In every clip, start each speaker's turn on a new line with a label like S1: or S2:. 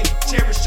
S1: much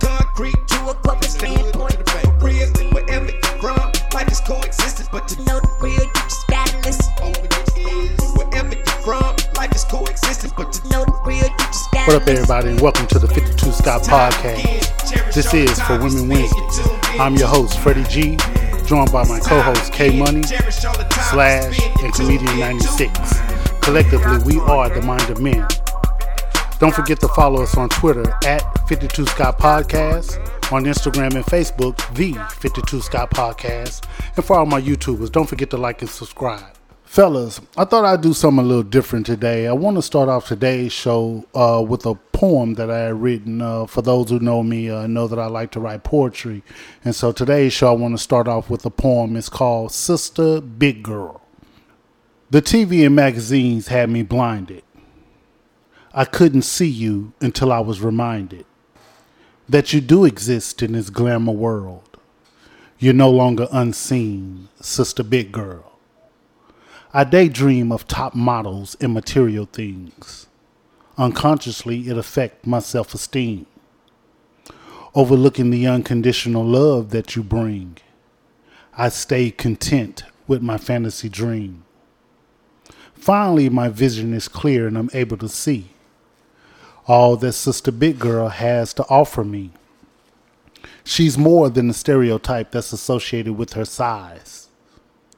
S1: concrete to
S2: do a public standpoint.
S1: the real, wherever you're from. Life is coexistence, but to
S2: To know the real, you just gotta listen.
S1: Wherever you're from, life is coexistence, but to
S2: To know the real, you just gotta
S3: What up,
S2: listen.
S3: everybody, and welcome to the 52 Scott Podcast.
S1: podcast.
S3: This is for Women Wednesday. I'm your host, Freddie G, joined by my co host, K Money, Slash, and Comedian 96. Collectively, we are the Mind of Men. Don't forget to follow us on Twitter at 52 Scott Podcast, on Instagram and Facebook, The 52 Scott Podcast, and for all my YouTubers, don't forget to like and subscribe. Fellas, I thought I'd do something a little different today. I want to start off today's show uh, with a poem that I had written. Uh, for those who know me, uh, know that I like to write poetry. And so today's show, I want to start off with a poem. It's called Sister Big Girl. The TV and magazines had me blinded. I couldn't see you until I was reminded that you do exist in this glamour world. You're no longer unseen, sister big girl. I daydream of top models and material things. Unconsciously, it affects my self esteem. Overlooking the unconditional love that you bring, I stay content with my fantasy dream. Finally, my vision is clear and I'm able to see all that Sister Big Girl has to offer me. She's more than the stereotype that's associated with her size.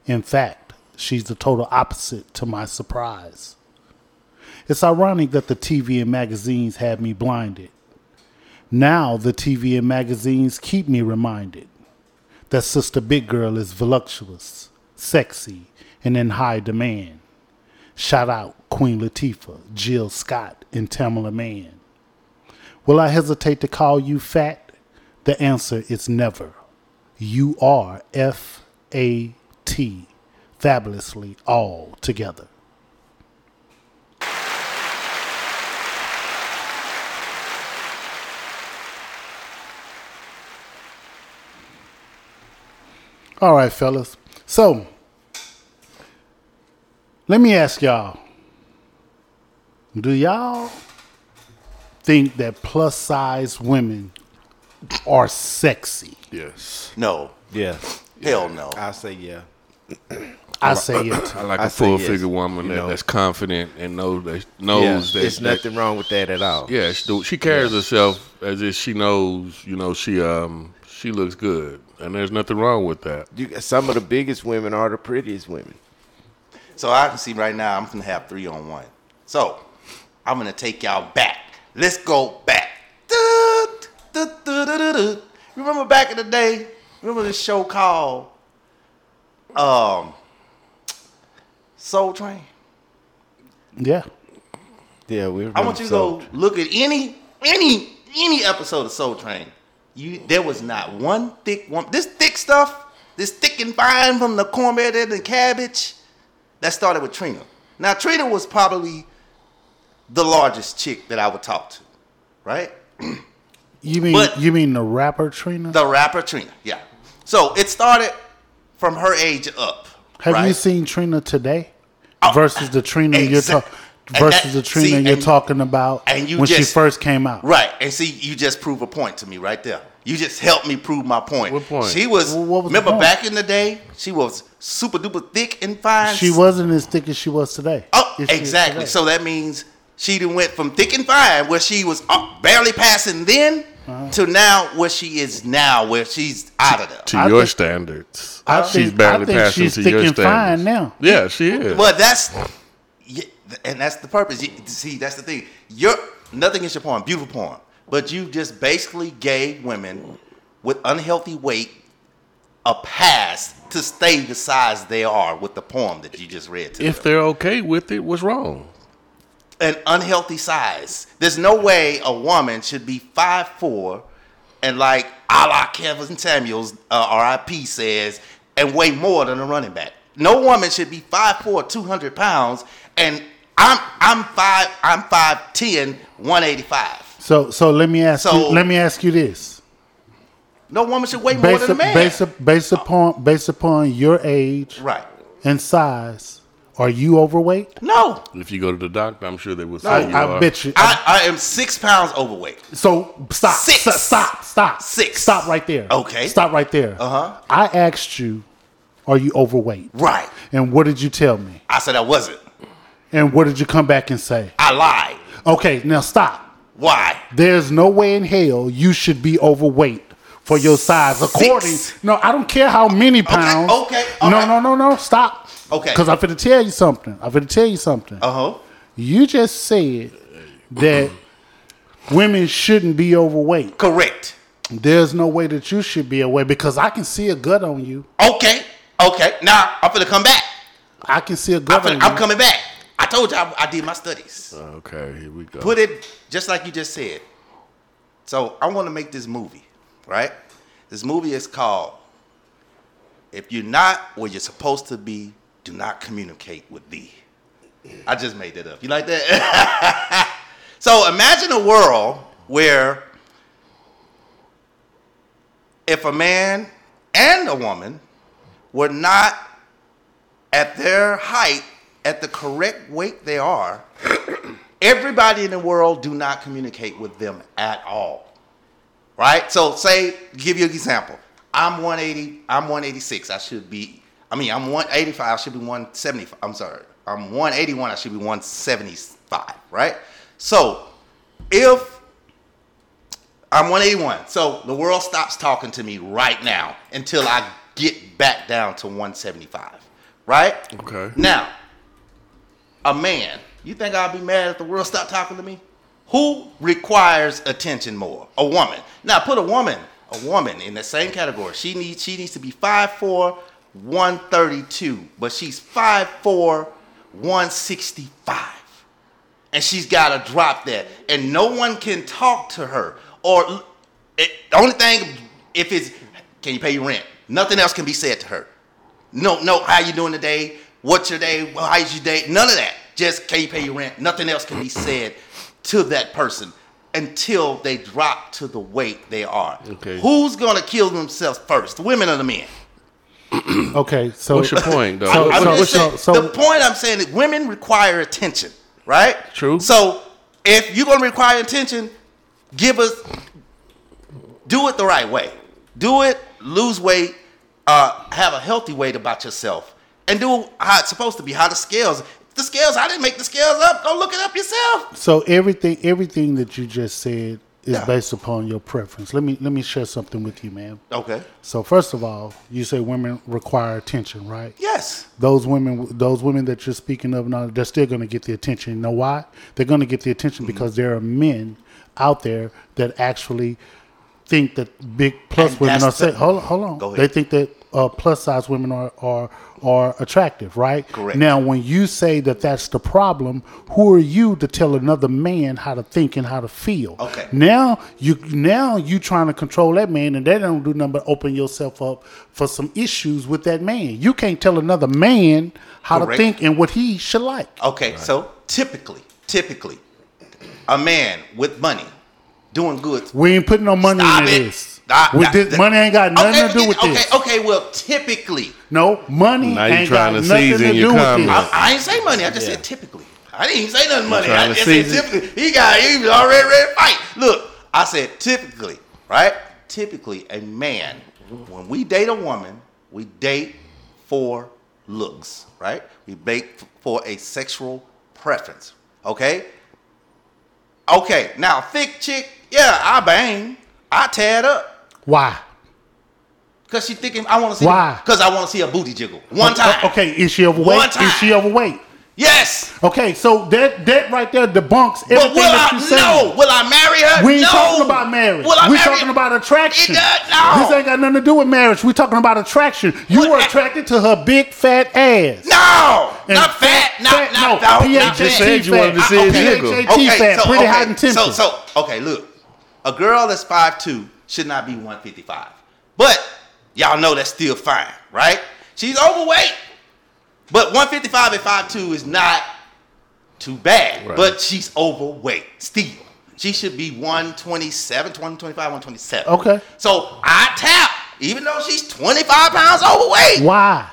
S3: In fact, she's the total opposite to my surprise. It's ironic that the TV and magazines had me blinded. Now the TV and magazines keep me reminded that Sister Big Girl is voluptuous, sexy, and in high demand. Shout out Queen Latifah, Jill Scott, and Tamala Mann. Will I hesitate to call you fat? The answer is never. You are F A T, fabulously all together. All right, fellas. So, let me ask y'all. Do y'all think that plus size women are sexy?
S4: Yes.
S5: No.
S6: Yes.
S5: Hell no.
S6: I say yeah.
S3: I say it.
S4: I like a
S6: I say
S4: full
S6: yes,
S4: figure woman
S6: you
S4: that,
S6: know.
S4: that's confident and knows that
S6: Yeah,
S4: knows that
S6: there's
S4: that-
S6: nothing wrong with Oh, that at all.
S4: Yeah, she, do- she carries herself as if she knows, you know, she um she looks good, and there's nothing wrong with that.
S6: You, some of the biggest women are the prettiest women.
S5: So I can see right now I'm gonna have three on one. So I'm gonna take y'all back. Let's go back. Du- du- du- du- du- du. Remember back in the day? Remember this show called um Soul Train?
S3: Yeah.
S6: Yeah, we.
S5: I want you to go look at any any any episode of Soul Train. You there was not one thick one. This thick stuff, this thick and fine from the cornbread and the cabbage, that started with Trina. Now Trina was probably the largest chick that I would talk to, right?
S3: You mean
S5: But-
S3: you mean the rapper Trina?
S5: The rapper Trina, yeah. So it started from her age up.
S3: Have you
S5: right?
S3: seen Trina today versus the Trina you're
S5: exact-
S3: talking
S5: and
S3: versus
S5: that-
S3: the Trina
S5: see,
S3: you're
S5: and-
S3: talking about
S5: and you
S3: when she
S5: just-
S3: first came out?
S5: Right, and see, you just prove a point to me right there. You just helped me prove my point.
S4: What point?
S5: She was,
S3: Well, what was the
S5: remember
S3: point?
S5: back in the day, she was super duper thick and fine.
S3: She wasn't as thick as she was today.
S5: Oh,
S3: If she is
S5: exactly.
S3: today.
S5: So that means she done went from thick and fine, where she was uh, barely passing then,
S3: Uh-huh.
S5: to now where she is now, where she's out of there.
S4: To
S3: I
S4: your
S3: think-
S4: standards,
S3: I
S4: she's
S3: think- I
S4: barely
S3: think
S4: passing
S3: she's
S4: to
S3: thick
S4: your
S3: and
S4: standards.
S3: fine now.
S4: Yeah, she is.
S5: But that's, yeah, and that's the purpose. You- see, that's the thing. You're nothing is your porn, beautiful porn, but you just basically gave women with unhealthy weight a pass to stay the size they are with the poem that you just read to
S4: if they're okay with it, what's wrong?
S5: an unhealthy size. There's no way a woman should be five four, and like a la Kevin Samuels, uh, RIP says, and weigh more than a running back. No woman should be 5'4", 200 pounds, and I'm I'm five I'm 5'10", 185.
S3: So so let me ask
S5: So-
S3: you, let me ask you this.
S5: No woman should weigh more
S3: Based,
S5: than a man. Uh.
S3: based, based upon based upon your age
S5: right.
S3: and size, are you overweight?
S5: No.
S4: If you go to the doctor, I'm sure they will say
S3: I,
S4: you
S3: I
S4: are.
S3: bet you.
S5: I, I am six pounds overweight.
S3: So stop,
S5: Six.
S3: stop, stop, stop,
S5: Six.
S3: Stop right there.
S5: Okay. Uh-huh.
S3: Stop right there. Uh huh. I asked you, are you overweight?
S5: Right.
S3: And what did you tell me?
S5: I said I wasn't.
S3: And what did you come back and say?
S5: I lied.
S3: Okay, now stop.
S5: Why?
S3: There's no way in hell you should be overweight for your size. According, no, I don't care how many pounds.
S5: okay, all
S3: no,
S5: right.
S3: no, no, no. Stop.
S5: Okay.
S3: Because I'm finna tell you something. I'm finna tell you something.
S5: Uh huh.
S3: You just said that women shouldn't be overweight.
S5: Correct.
S3: There's no way that you should be away because I can see a gut on you.
S5: Okay. Okay. Now I'm finna come back.
S3: I can see a
S5: I'm,
S3: gut on
S5: finna,
S3: you.
S5: I'm coming back. I told you I, I did my studies.
S4: Okay, here we go.
S5: Put it just like you just said. So I want to make this movie, right? This movie is called "If You're Not Where You're Supposed to Be, Do Not Communicate with Thee." I just made that up. You like that? so imagine a world where if a man and a woman were not at their height, at the correct weight they are, everybody in the world do not communicate with them at all. Right? So say, give you an example. I'm 180, I'm 186. I should be, I mean, I'm 185, I should be 175. I'm sorry. I'm 181, I should be 175, right? So if I'm 181. So the world stops talking to me right now until I get back down to 175. Right?
S4: Okay.
S5: Now, a man, you think I'll be mad if the world stopped talking to me? Who requires attention more? A woman. Now put a woman, a woman in the same category. She needs she needs to be 5'4, 132, but she's 5'4, 165 and she's got to drop that and no one can talk to her or l- it, the only thing if it's can you pay your rent nothing else can be said to her no no how you doing today what's your day well how's your day none of that just can you pay your rent nothing else can be said to that person until they drop to the weight they are
S4: Okay.
S5: who's gonna kill themselves first the women or the men
S3: okay, so
S4: What's your point, though?
S3: So,
S5: I'm
S3: so,
S5: just
S3: so,
S5: saying-
S3: so-
S5: the point I'm saying is women require attention, right?
S4: True.
S5: So if you're gonna require attention, give us do it the right way. Do it, lose weight, uh, have a healthy weight about yourself, and do how it's supposed to be. How the scales, the scales. I didn't make the scales up. Go look it up yourself.
S3: so everything everything that you just said is
S5: Yeah.
S3: based upon your preference. Let me let me share something with you, man.
S5: Okay.
S3: So first of all, you say women require attention, right?
S5: Yes.
S3: Those women, those women that you're speaking of, now they're still going to get the attention. You know why? They're going to get the attention
S5: Mm-hmm.
S3: because there are men out there that actually think that big plus
S5: And
S3: women are.
S5: that's
S3: Say,
S5: the-
S3: hold on, hold on.
S5: Go ahead.
S3: They think that uh, plus size women are are are attractive, right?
S5: Correct.
S3: Now, when you say that that's the problem, who are you to tell another man how to think and how to feel?
S5: Okay.
S3: Now you now you trying to control that man, and they don't do nothing but open yourself up for some issues with that man. You can't tell another man how
S5: Correct.
S3: to think and what he should like.
S5: Okay. So typically, typically, a man with money doing good
S3: We ain't putting no money
S5: Stop
S3: into
S5: it.
S3: this.
S5: Stop-
S3: With
S5: stop-
S3: this,
S5: stop.
S3: money ain't got nothing
S5: okay,
S3: to do
S5: okay,
S3: with
S5: okay,
S3: this.
S5: Okay, well, typically,
S3: No money.
S4: Now you
S3: ain't
S4: trying
S3: got
S4: to
S3: nothing
S4: season
S3: to
S4: your
S3: do with
S4: comments.
S3: this.
S5: I, I ain't say money. I just said typically. I didn't even say nothing money. I
S4: trying to
S5: just said
S4: season.
S5: typically. He got he was already ready to fight. Look, I said typically, right? Typically, a man when we date a woman, we date for looks, right? We date for a sexual preference. Okay, okay. Now, thick chick, yeah, I bang, I tear it up.
S3: Why?
S5: Cause she thinking I want to see.
S3: Why?
S5: Because I want to see a booty jiggle one time.
S3: Okay, is she overweight?
S5: One time.
S3: Is she overweight?
S5: Yes.
S3: Okay, so that that right there debunks everything
S5: But will
S3: that
S5: I?
S3: you said.
S5: No. Will I marry her?
S3: We ain't
S5: no.
S3: talking about marriage.
S5: Will I
S3: We're
S5: marry
S3: talking about attraction.
S5: It does- no.
S3: This ain't got nothing to do with marriage. We're talking about attraction. You
S5: What
S3: were
S5: a-
S3: attracted to her big fat ass.
S5: No.
S3: And
S5: not fat. Not
S3: fat- no,
S5: not not
S3: PHAT
S5: fat.
S4: said you wanted to
S3: fat.
S4: see
S3: I-
S4: it
S3: okay,
S4: jiggle.
S3: PHAT fat, pretty hot and
S5: so
S3: tempting.
S5: so okay. Look, a girl that's 5'2 should not be one fifty five, but y'all know that's still fine, right? She's overweight, but one fifty five and 5'2 is not too bad,
S4: Right.
S5: but she's overweight still. She should be 127, 125, 127.
S3: Okay.
S5: So I tap, even though she's 25 pounds overweight,
S3: Why?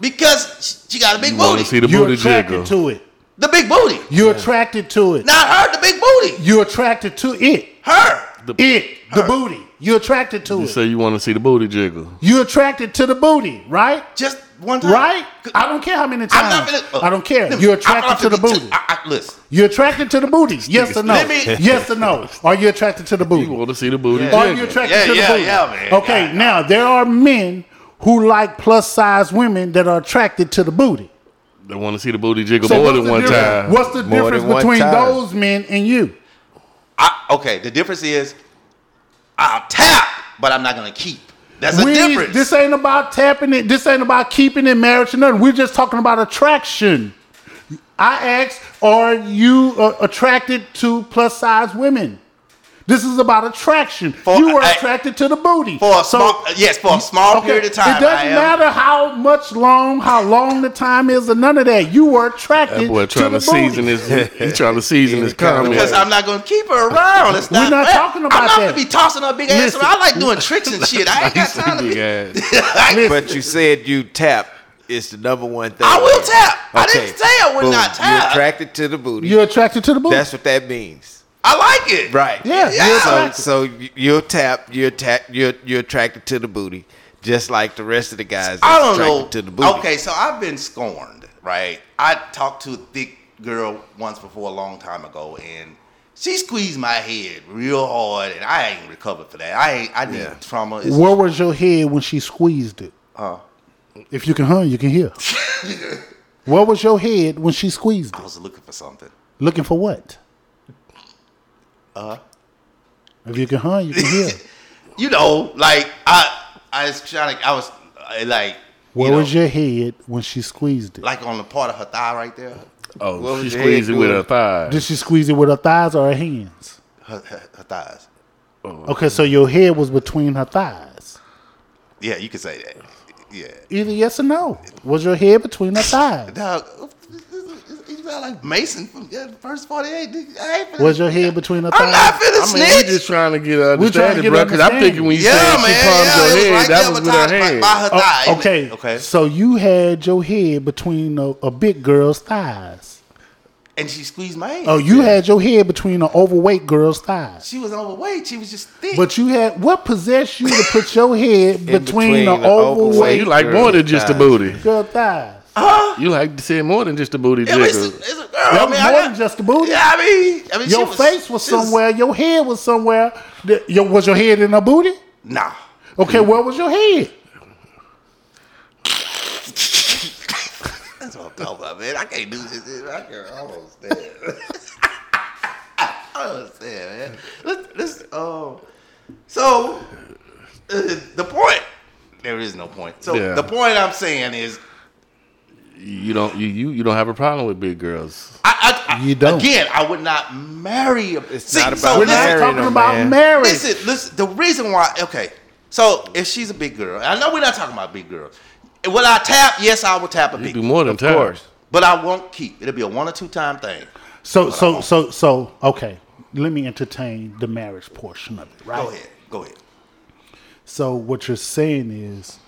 S5: because she she got a big
S4: You want
S5: booty.
S4: to see the
S3: You're
S4: booty jiggle?
S3: attracted to it.
S5: the big booty.
S3: You're attracted to it.
S5: Not her, the big booty.
S3: You're attracted to it.
S5: Her.
S3: It. The booty. You're attracted to
S4: You
S3: it.
S4: say you want to see the booty jiggle.
S3: You're attracted to the booty, right?
S5: Just one time.
S3: Right? I don't care how many
S5: I'm not
S3: times.
S5: finna, look,
S3: I don't care.
S5: let me-
S3: You're
S5: I'm not
S3: attracted to the
S5: finna
S3: booty.
S5: t- I- I- listen,
S3: You're attracted to the booty. Yes or no?
S5: Let me-
S3: Yes or no? Are you attracted to the
S4: You
S3: booty?
S4: want to see the booty
S3: Are you
S4: jiggle?
S3: attracted
S5: Yeah,
S3: to the
S5: yeah,
S3: booty?
S5: yeah, man.
S3: Okay,
S5: Yeah,
S3: now there are men who like plus size women that are attracted to the booty.
S4: they want to see the booty jiggle
S3: So
S4: more
S3: what's
S4: than
S3: the
S4: one
S3: difference-
S4: time.
S3: What's the
S6: More
S3: difference
S6: than one
S3: between
S6: time.
S3: those men and you?
S5: I, okay, the difference is I'll tap, but I'm not going to keep. That's the
S3: We-
S5: difference.
S3: This ain't about tapping it. This ain't about keeping it marriage or nothing. We're just talking about attraction. I asked, are you uh, attracted to plus size women? This is about attraction.
S5: For-
S3: you were
S5: I-
S3: attracted to the booty.
S5: for a small, uh, yes, for a small
S3: okay,
S5: period of time.
S3: It
S5: I
S3: doesn't
S5: am-
S3: matter how much long, how long the time is, or none of that. You were attracted
S4: That
S3: to
S4: boy
S3: the
S4: trying to,
S3: booty.
S4: season his. He's trying to season his comment.
S5: Because I'm not gonna keep her around. It's
S3: We're
S5: not
S3: not
S5: fair.
S3: talking about
S5: I'm not gonna
S3: that.
S5: be tossing her big ass
S3: Listen.
S5: around. I like doing tricks and shit. I ain't got time to
S4: Big
S5: be.
S4: ass.
S5: I,
S6: But you said you tap is the number one thing.
S5: I will tap. I didn't say I would
S6: Boom.
S5: not
S6: You're
S5: tap.
S6: attracted to the booty.
S3: You're attracted to the booty.
S6: That's what that means.
S5: I like it.
S6: Right.
S3: yeah,
S5: Yeah.
S3: you're
S5: So-
S6: So,
S3: attracted.
S6: so you- you'll tap, you're tap, you're you're attracted to the booty, just like the rest of the guys.
S5: I
S6: that's
S5: don't know.
S6: attracted To the booty.
S5: Okay, so I've been scorned, right? I talked to a thick girl once before a long time ago, and she squeezed my head real hard, and I ain't recovered for that. I ain't. I need trauma. It's-
S3: Where was your head when she squeezed it?
S5: Uh,
S3: If you can hear, you can hear. Where was your head when she squeezed
S5: I
S3: it?
S5: was looking for something.
S3: Looking for what? Uh. If you can hear, you can hear.
S5: You know, like I, I was trying to. I was uh, like.
S3: Where
S5: you know,
S3: was your head when she squeezed it?
S5: like on the part of her thigh right there.
S6: What
S4: Oh,
S6: was
S4: she
S6: your
S4: squeezed it
S6: head
S4: with
S6: doing?
S4: her thigh.
S3: Did she squeeze it with her thighs or her hands?
S5: Her, her, her thighs. Oh,
S3: Okay, so your head was between her thighs.
S5: Yeah, you could say that. Yeah.
S3: Either yes or no. Was your head between her thighs?
S5: Dog, you uh, sound like Mason from yeah, the first 48. nigga. I ain't finna,
S3: Was your head between her thighs?
S5: I'm not finna
S4: I mean, we
S5: snitch.
S4: just trying to get
S3: We trying to
S4: understanding,
S3: get
S4: bro. Because I'm
S3: understanding.
S4: thinking when you
S5: yeah,
S4: said
S5: man.
S4: she palmed your
S5: yeah, it
S4: head,
S5: was right
S4: that
S5: there
S4: was with
S5: by,
S4: her
S5: by,
S4: hand.
S5: by her
S3: Oh,
S5: thigh. isn't
S3: okay.
S5: it? Okay.
S3: So you had your head between a, a big girl's thighs.
S5: And she squeezed my ass.
S3: Oh, you had your head between an overweight girl's thighs.
S5: She was overweight. She was just thick.
S3: But you had what possessed you to put your head between,
S6: between
S3: the
S6: the overweight-
S4: you
S3: overweight
S4: like more than just the booty.
S3: girl thighs?
S4: You like to see more than just the booty
S5: it was,
S4: jiggle.
S5: it's a girl.
S3: That
S5: I
S3: was
S5: mean, I
S3: more
S5: got-
S3: than just the booty.
S5: Yeah, I mean, I mean she
S3: Your face was
S5: she
S3: somewhere. Your head was somewhere. Th- Your, was your head in her booty?
S5: Nah.
S3: Okay, where was your head?
S5: That's what I'm talking about, man. I can't do this. I can't. I don't understand. I don't understand, man. Let's, let's, um, so, uh, the point, there is no point. So,
S4: Yeah.
S5: the point I'm saying is,
S4: You don't. You, you you don't have a problem with big girls.
S5: I, I, I
S3: You don't.
S5: Again, I would not marry a.
S6: It's not about
S5: so
S3: We're
S5: listen,
S3: not
S6: married
S3: talking
S6: her,
S3: about
S6: man.
S3: marriage.
S5: Listen, listen. The reason why, okay. So if she's a big girl, I know we're not talking about big girls. Will I tap? Yes, I will tap a
S4: You
S5: big.
S4: do more than
S6: Of
S4: tap.
S6: course.
S5: But I won't keep. It'll be a one or two time thing.
S3: So, so, so, so. Okay, let me entertain the marriage portion of it. Right.
S5: Go ahead. Go ahead.
S3: So what you're saying is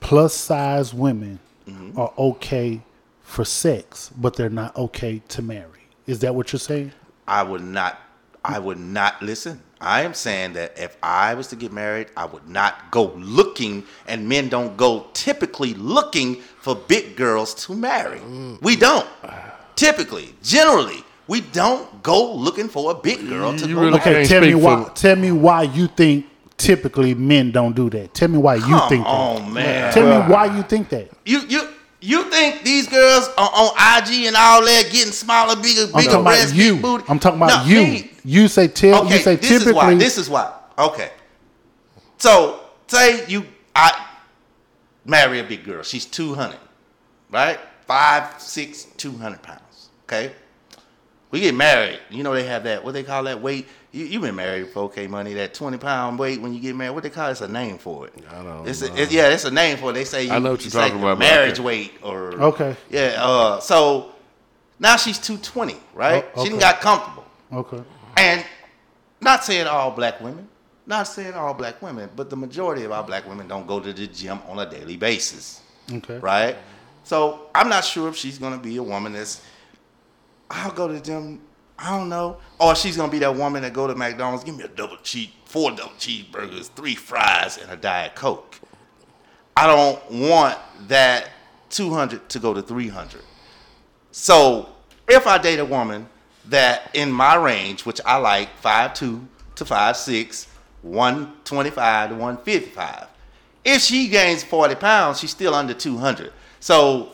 S3: plus size women
S5: Mm-hmm.
S3: are okay for sex, but they're not okay to marry. Is that what you're saying?
S5: I would not. I would not listen. I am saying that if I was to get married, I would not go looking, and men don't go typically looking for big girls to marry. We don't. Typically, generally, we don't go looking for a big girl to
S4: You
S5: go
S4: really
S5: marry.
S3: Okay,
S4: can't
S3: tell me
S4: speak
S3: why
S4: for-
S3: tell me why you think typically men don't do that. Tell me why you
S5: Come
S3: think
S5: on,
S3: that.
S5: man.
S3: Tell me why you think that.
S5: You you you think these girls are on IG and all that, getting smaller, bigger,
S3: I'm
S5: bigger
S3: talking
S5: breasts,
S3: about you.
S5: big booty?
S3: I'm talking about
S5: No,
S3: you.
S5: me.
S3: You say tell
S5: Okay,
S3: you say
S5: this
S3: typically
S5: is why. This is why. Okay. So say you I marry a big girl. She's two hundred, right? Five, six, two hundred pounds. Okay. We get married. You know they have that. What they call that weight? You you been married for okay money? That twenty pound weight when you get married. What they call it? it's a name for it. I
S4: don't
S5: It's, a, it's yeah, it's a name for it. They say you,
S4: I know what
S5: it's
S4: you're
S5: like
S4: talking
S5: the
S4: about, but I
S5: Marriage
S4: can't-
S5: weight or
S3: Okay.
S5: Yeah. Uh. So now she's two twenty, right?
S3: Oh,
S5: She done
S3: okay.
S5: got comfortable
S3: Okay.
S5: and Not saying all black women, not saying all black women, but the majority of our black women don't go to the gym on a daily basis,
S3: Okay.
S5: right? So I'm not sure if she's gonna be a woman that's I'll go to the gym. I don't know. Or she's gonna be that woman that go to McDonald's, give me a double cheese, four double cheeseburgers, three fries, and a diet coke. I don't want that 200 to go to 300. So if I date a woman that in my range, which I like 5'2 to 5'6, 125 to 155, if she gains 40 pounds, she's still under 200. So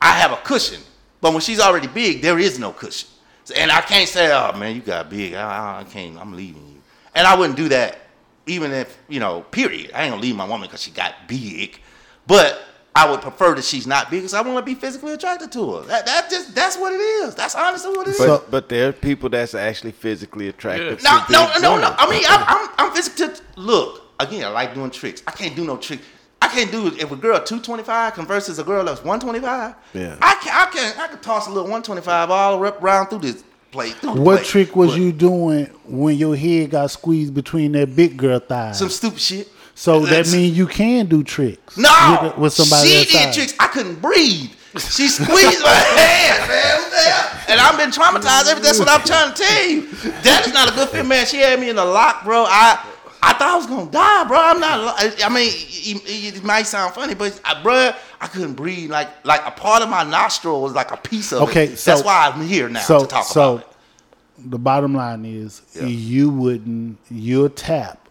S5: I have a cushion. But when she's already big, there is no cushion. So- and I can't say, oh man, you got big. I, I- I can't, I'm leaving you. And I wouldn't do that even if, you know, period. I ain't gonna leave my woman because she got big. But I would prefer that she's not big because I want to be physically attracted to her. That, that just, that's what it is. That's honestly what it is.
S6: But, but there are people that's actually physically attracted.
S5: No,
S6: to
S5: no,
S6: big
S5: no, no.
S6: women.
S5: I mean, I'm, I'm, I'm physically. Look, again, I like doing tricks. I can't do no trick. I can't do if a girl 225 converses a girl that's 125.
S6: Yeah.
S5: I can, I can, I can toss a little 125 all up round through this plate. Through the
S3: What
S5: plate.
S3: trick was
S5: But
S3: you doing when your head got squeezed between that big girl thighs?
S5: Some stupid shit.
S3: so that
S5: That's-
S3: means you can do tricks.
S5: No,
S3: with, with somebody that
S5: She did
S3: size.
S5: tricks. I couldn't breathe. She squeezed my hand, man. What the hell? And I've been traumatized ever. That's what I'm trying to tell you. That is not a good fit, man. She had me in a lock, bro. I I thought I was gonna die, bro. I'm not. li- I, I mean, it, it might sound funny, but I, bro, I couldn't breathe. Like like a part of my nostril was like a piece of
S3: Okay,
S5: It.
S3: so-
S5: That's why I'm here now
S3: So,
S5: to talk
S3: so
S5: about it.
S3: the bottom line is,
S5: Yeah.
S3: you wouldn't. You'll tap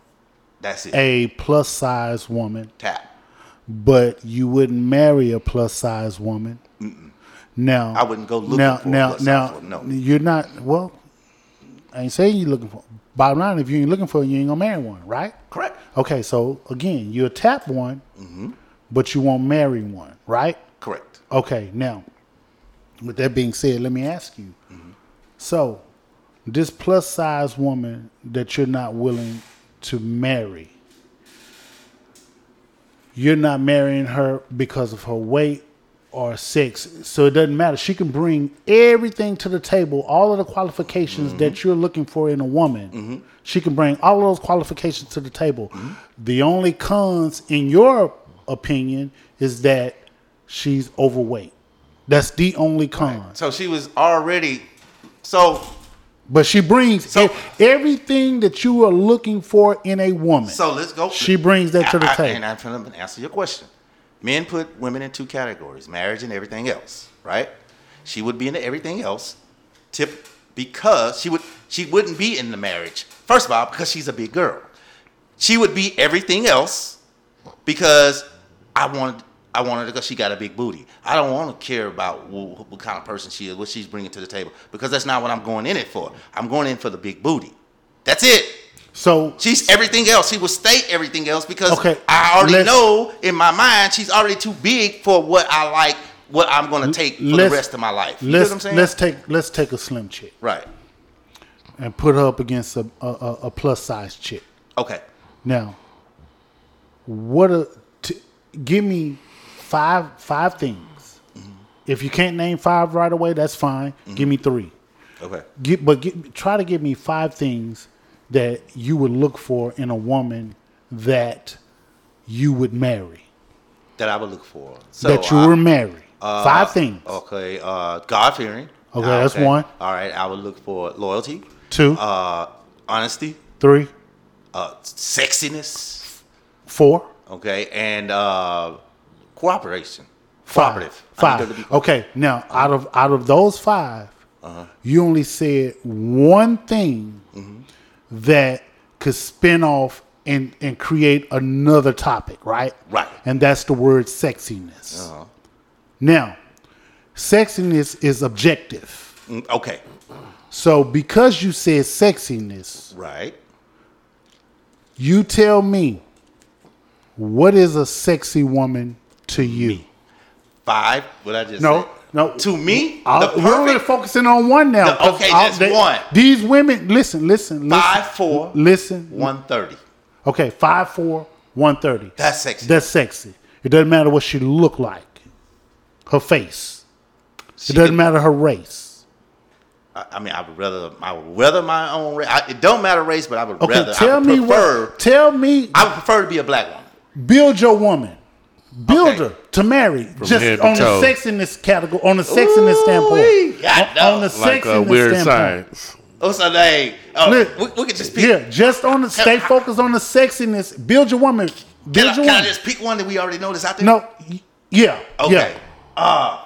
S5: That's it.
S3: a plus size woman,
S5: Tap.
S3: but you wouldn't marry a plus size woman. Now
S5: I wouldn't go looking
S3: now,
S5: for a
S3: now,
S5: plus-size
S3: now,
S5: woman, no.
S3: you're not. Well, I ain't saying you're looking for. Bottom line, if you ain't looking for, it, you ain't gonna marry one, right?
S5: Correct. Mm-hmm.
S3: Okay, so again, you'll tap one, but you won't marry one, right?
S5: Correct.
S3: Okay, now, with that being said, let me ask you. So, this plus size woman that you're not willing to marry, you're not marrying her because of her weight or sex. So, it doesn't matter. She can bring everything to the table, all of the qualifications that you're looking for in a woman. She can bring all of those qualifications to the table. The only cons, in your opinion, is that she's overweight. That's the only con.
S5: So she was already. So
S3: But she brings
S5: So-
S3: e- everything that you are looking for in a woman.
S5: So let's go.
S3: She brings that to the
S5: I- I-
S3: table.
S5: And I'm trying to answer your question. Men put women in two categories: marriage and everything else. Right? She would be into everything else, tip because she would she wouldn't be in the marriage. First of all, because she's a big girl, she would be everything else because I wanted I wanted her because she got a big booty. I don't want to care about wh- what kind of person she is, what she's bringing to the table, because that's not what I'm going in it for. I'm going in for the big booty. That's it.
S3: so
S5: She's everything else. She will state everything else because
S3: Okay,
S5: I already
S3: let's-
S5: know in my mind she's already too big for what I like, what I'm gonna take for the
S3: let's-
S5: rest of my life. You know
S3: let's
S5: what I'm saying?
S3: let's take let's take a slim chick
S5: right.
S3: and put her up against a a, a, a plus size chick.
S5: Okay.
S3: Now, what a t- give me five five things. If you can't name five right away, that's fine.
S5: Mm-hmm.
S3: Give me three.
S5: Okay.
S3: Get, but get, try to give me five things that you would look for in a woman that you would marry.
S5: That I would look for. So
S3: that you
S5: I-
S3: were married.
S5: uh,
S3: Five things.
S5: Okay. Uh, God fearing.
S3: Okay, that's one.
S5: All right. I would look for loyalty,
S3: Two,
S5: uh, honesty,
S3: three,
S5: uh, sexiness.
S3: four,
S5: Okay, and uh, cooperation.
S3: five.
S5: Cooperative. I need her to be Uh-huh.
S3: Five. Okay. Now, out of out of those 5 you only said one thing
S5: Mm-hmm.
S3: that could spin off and and create another topic, right?
S5: Right. Uh-huh.
S3: And that's the word sexiness. Now, sexiness is objective.
S5: Mm, Okay.
S3: So, because you said sexiness,
S5: Right.
S3: you tell me what is a sexy woman to you?
S5: Five. What I just
S3: No,
S5: said.
S3: no.
S5: To me,
S3: I'll-
S5: the
S3: we're only
S5: perfect
S3: focusing on one now.
S5: The-
S3: 'cause
S5: okay,
S3: I'll-
S5: that's one.
S3: These women, listen, listen, listen.
S5: Five, four,
S3: listen.
S5: 130.
S3: Okay, five four, one thirty.
S5: That's sexy.
S3: That's sexy. It doesn't matter what she look like, her face.
S5: She
S3: it doesn't
S5: can-
S3: matter her race.
S5: I, I mean, I would rather I would rather my own race. I, it don't matter race, but I would
S3: Okay,
S5: rather.
S3: tell
S5: I would
S3: me
S5: prefer,
S3: what. Tell me,
S5: I would prefer to be a black woman.
S3: build your woman, build
S5: Okay.
S3: her to marry,
S4: head
S3: just
S4: to
S3: on the
S4: toe.
S3: sexiness category, on the sexiness standpoint,
S5: God,
S3: on, on
S5: no.
S3: the
S4: Like uh,
S3: sexiness
S4: weird
S3: standpoint.
S4: science.
S5: What's her name? Oh,
S3: Look.
S5: we, we could just pick.
S3: Yeah, just on the stay focused on the sexiness. Build your woman.
S5: Can,
S3: Build
S5: I,
S3: your
S5: can I
S3: woman.
S5: just pick one that we already know that's out there?
S3: No, y- yeah,
S5: Okay.
S3: yeah.
S5: Uh,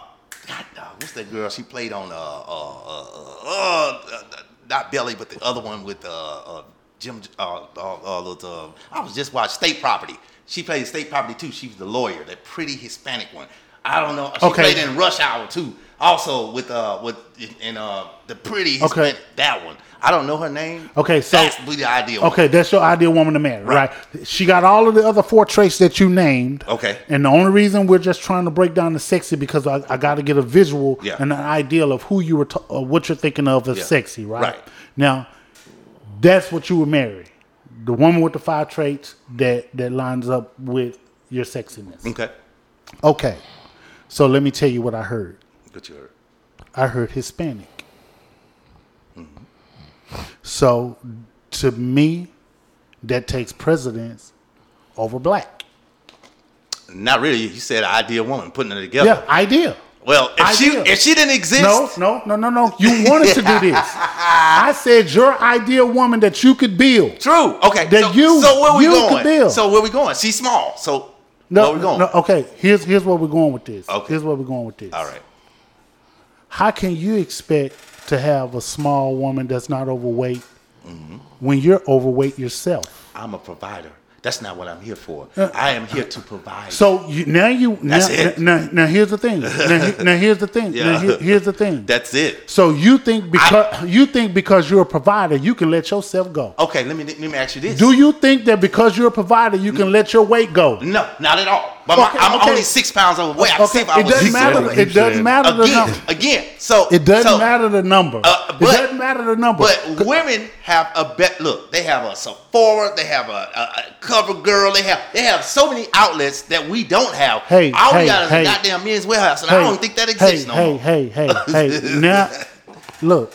S5: God, no, what's that girl? She played on uh uh uh, uh, uh not Belly, but the other one with uh, uh Jim uh uh, uh, the, uh I was just watching State Property. She played State Property too. She was the lawyer, that pretty Hispanic one. I don't know. She
S3: Okay.
S5: played in Rush Hour too. Also with uh with and uh the pretty
S3: Okay.
S5: Hispanic that one. I don't know her name.
S3: Okay, so-
S5: that's the ideal. one.
S3: Okay, that's your ideal woman to marry, right.
S5: Right.
S3: She got all of the other four traits that you named.
S5: Okay.
S3: And the only reason we're just trying to break down the sexy because I, I got to get a visual
S5: Yeah.
S3: and an ideal of who you were, t- uh, what you're thinking of as
S5: Yeah.
S3: sexy, right?
S5: Right.
S3: Now, that's what you would marry, the woman with the five traits that that lines up with your sexiness.
S5: Okay.
S3: Okay. So let me tell you what I heard.
S5: Good you heard.
S3: I heard Hispanic. So to me, that takes precedence over black.
S5: Not really. You said ideal woman, putting it together.
S3: Yeah, idea.
S5: Well, if
S3: Ideal.
S5: she if she didn't exist,
S3: No, no, no, no, no. You wanted to do this. I said your ideal woman that you could build.
S5: True. Okay.
S3: That
S5: so,
S3: you-
S5: so where we
S3: you could
S5: going?
S3: build.
S5: So where we going? She's small. So
S3: No,
S5: where we going?
S3: no. Okay, here's here's where we're going with this.
S5: Okay.
S3: Here's where we're going with this.
S5: All right.
S3: How can you expect to have a small woman that's not overweight
S5: Mm-hmm.
S3: when you're overweight yourself?
S5: I'm a provider. That's not what I'm here for. I am here to provide.
S3: Uh, So you, now you now,
S5: That's it.
S3: now now here's the thing. Now, he- now here's the thing. Now
S5: Yeah.
S3: here- here's the thing.
S5: That's it.
S3: so you think because you think because you're a provider, you can let yourself go.
S5: Okay. Let me let me ask you this.
S3: Do you think that because you're a provider, you can let your weight go?
S5: no, not at all. But my-
S3: Okay,
S5: I'm
S3: okay.
S5: only six pounds overweight. I can
S3: Okay,
S5: see if I
S3: it
S5: was
S3: doesn't
S5: six
S3: matter.
S4: what
S3: It
S4: you
S3: doesn't
S4: said.
S3: matter the
S5: Again,
S3: number.
S5: again. So
S3: It doesn't
S5: so-
S3: matter the number.
S5: Uh,
S3: it
S5: but-
S3: doesn't matter the number.
S5: But women have a bet. Look, they have a Sephora, they have a, a, a Cover Girl, they have they have so many outlets that we don't have.
S3: Hey,
S5: all
S3: hey,
S5: we got is
S3: hey.
S5: a goddamn men's warehouse, and I don't think that
S3: hey,
S5: exists no
S3: hey,
S5: more.
S3: Hey, hey, hey, hey. Now, look,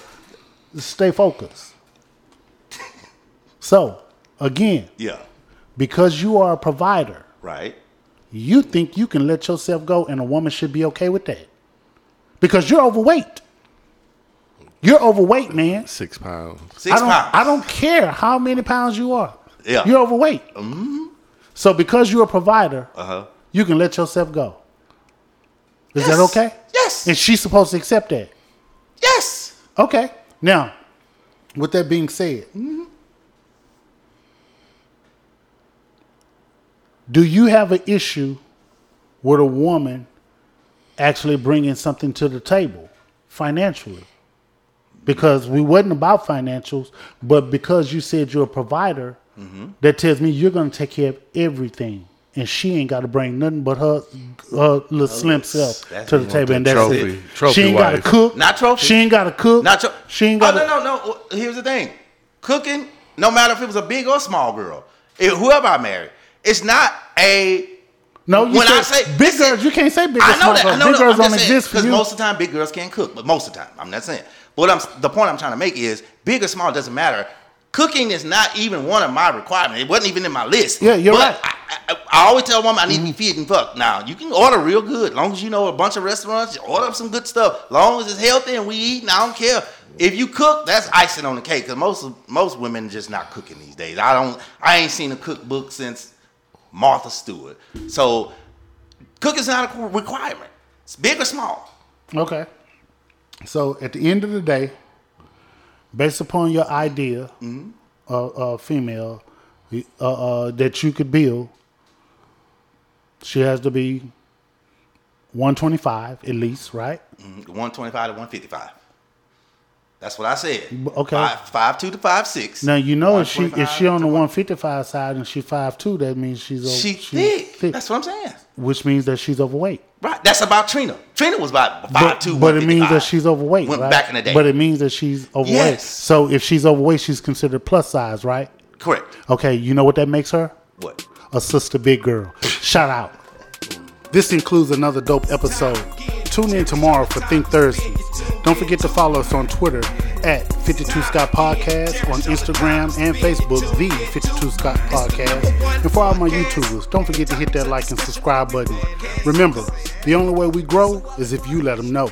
S3: stay focused. So, again,
S5: Yeah,
S3: because you are a provider,
S5: right.
S3: you think you can let yourself go and a woman should be okay with that because you're overweight you're overweight man
S4: Six pounds.
S5: Six
S3: I, don't,
S5: pounds.
S3: I don't care how many pounds you are
S5: Yeah. Mm-hmm.
S3: you're overweight so because you're a provider
S5: Uh-huh.
S3: you can let yourself go is that
S5: Yes.
S3: okay
S5: Yes.
S3: and she's supposed to accept that
S5: yes.
S3: okay now with that being said do you have an issue with a woman actually bringing something to the table financially because we wasn't about financials but because you said you're a provider that tells me you're going to take care of everything and she ain't got to bring nothing but her, her little slim self
S5: that's-
S3: to the table and that's
S4: trophy-
S3: it
S4: trophy
S3: she ain't got to
S4: wife.
S3: cook
S5: Not trophy.
S3: she ain't got to cook
S5: Not your,
S3: she ain't got
S5: Oh,
S3: to
S5: no, no, no. Well, Here's the thing: cooking, no matter if it was a big or small girl, eh, whoever I marry, it's not a.
S3: No, you
S5: When
S3: said,
S5: I say-
S3: big
S5: listen,
S3: girls, you can't say big girls.
S5: I know that. I know
S3: big
S5: that.
S3: girls
S5: I'm
S3: don't
S5: just
S3: exist for
S5: because
S3: you.
S5: most of the time big girls can't cook, but most of the time I'm not saying. But what I'm the point I'm trying to make is big or small doesn't matter. Cooking is not even one of my requirements. It wasn't even in my list.
S3: Yeah, you're
S5: But
S3: right. Mm-hmm.
S5: I, I, I always tell a woman I need to be feed and fucked. Now you can order real good, long as you know a bunch of restaurants. You order up some good stuff, long as it's healthy and we eat. And I don't care if you cook. That's icing on the cake. Cause most of- most women just not cooking these days. I don't. I ain't seen a cookbook since Martha Stewart. So Cook is not a requirement. It's big or small.
S3: okay. So at the end of the day, based upon your idea
S5: Mm-hmm.
S3: of a female uh, uh, that you could build, she has to be 125 at least, right?
S5: One twenty five to one fifty five. That's what I said.
S3: B- okay.
S5: Five, five two to five six.
S3: Now you know if she if
S5: 125
S3: she on the 155 side and she 5'2", that means she's o-
S5: she
S3: she's
S5: thick. That's what I'm saying.
S3: which means that she's overweight.
S5: Right. That's about Trina. Trina was about five
S3: but,
S5: two.
S3: but it means that
S5: 155.
S3: she's overweight.
S5: Went
S3: right?
S5: back in the day.
S3: But it means that she's overweight.
S5: Yes.
S3: So if she's overweight, she's considered plus size, right?
S5: correct.
S3: Okay, you know what that makes her?
S5: What?
S3: A sister big girl. Shout out. This includes another dope episode. Tune in tomorrow for Think Thursdays. Don't forget to follow us on Twitter at 52 Scott Podcast on Instagram and Facebook, The 52 Scott Podcast. And for all my YouTubers, don't forget to hit that like and subscribe button. Remember, the only way we grow is if you let them know.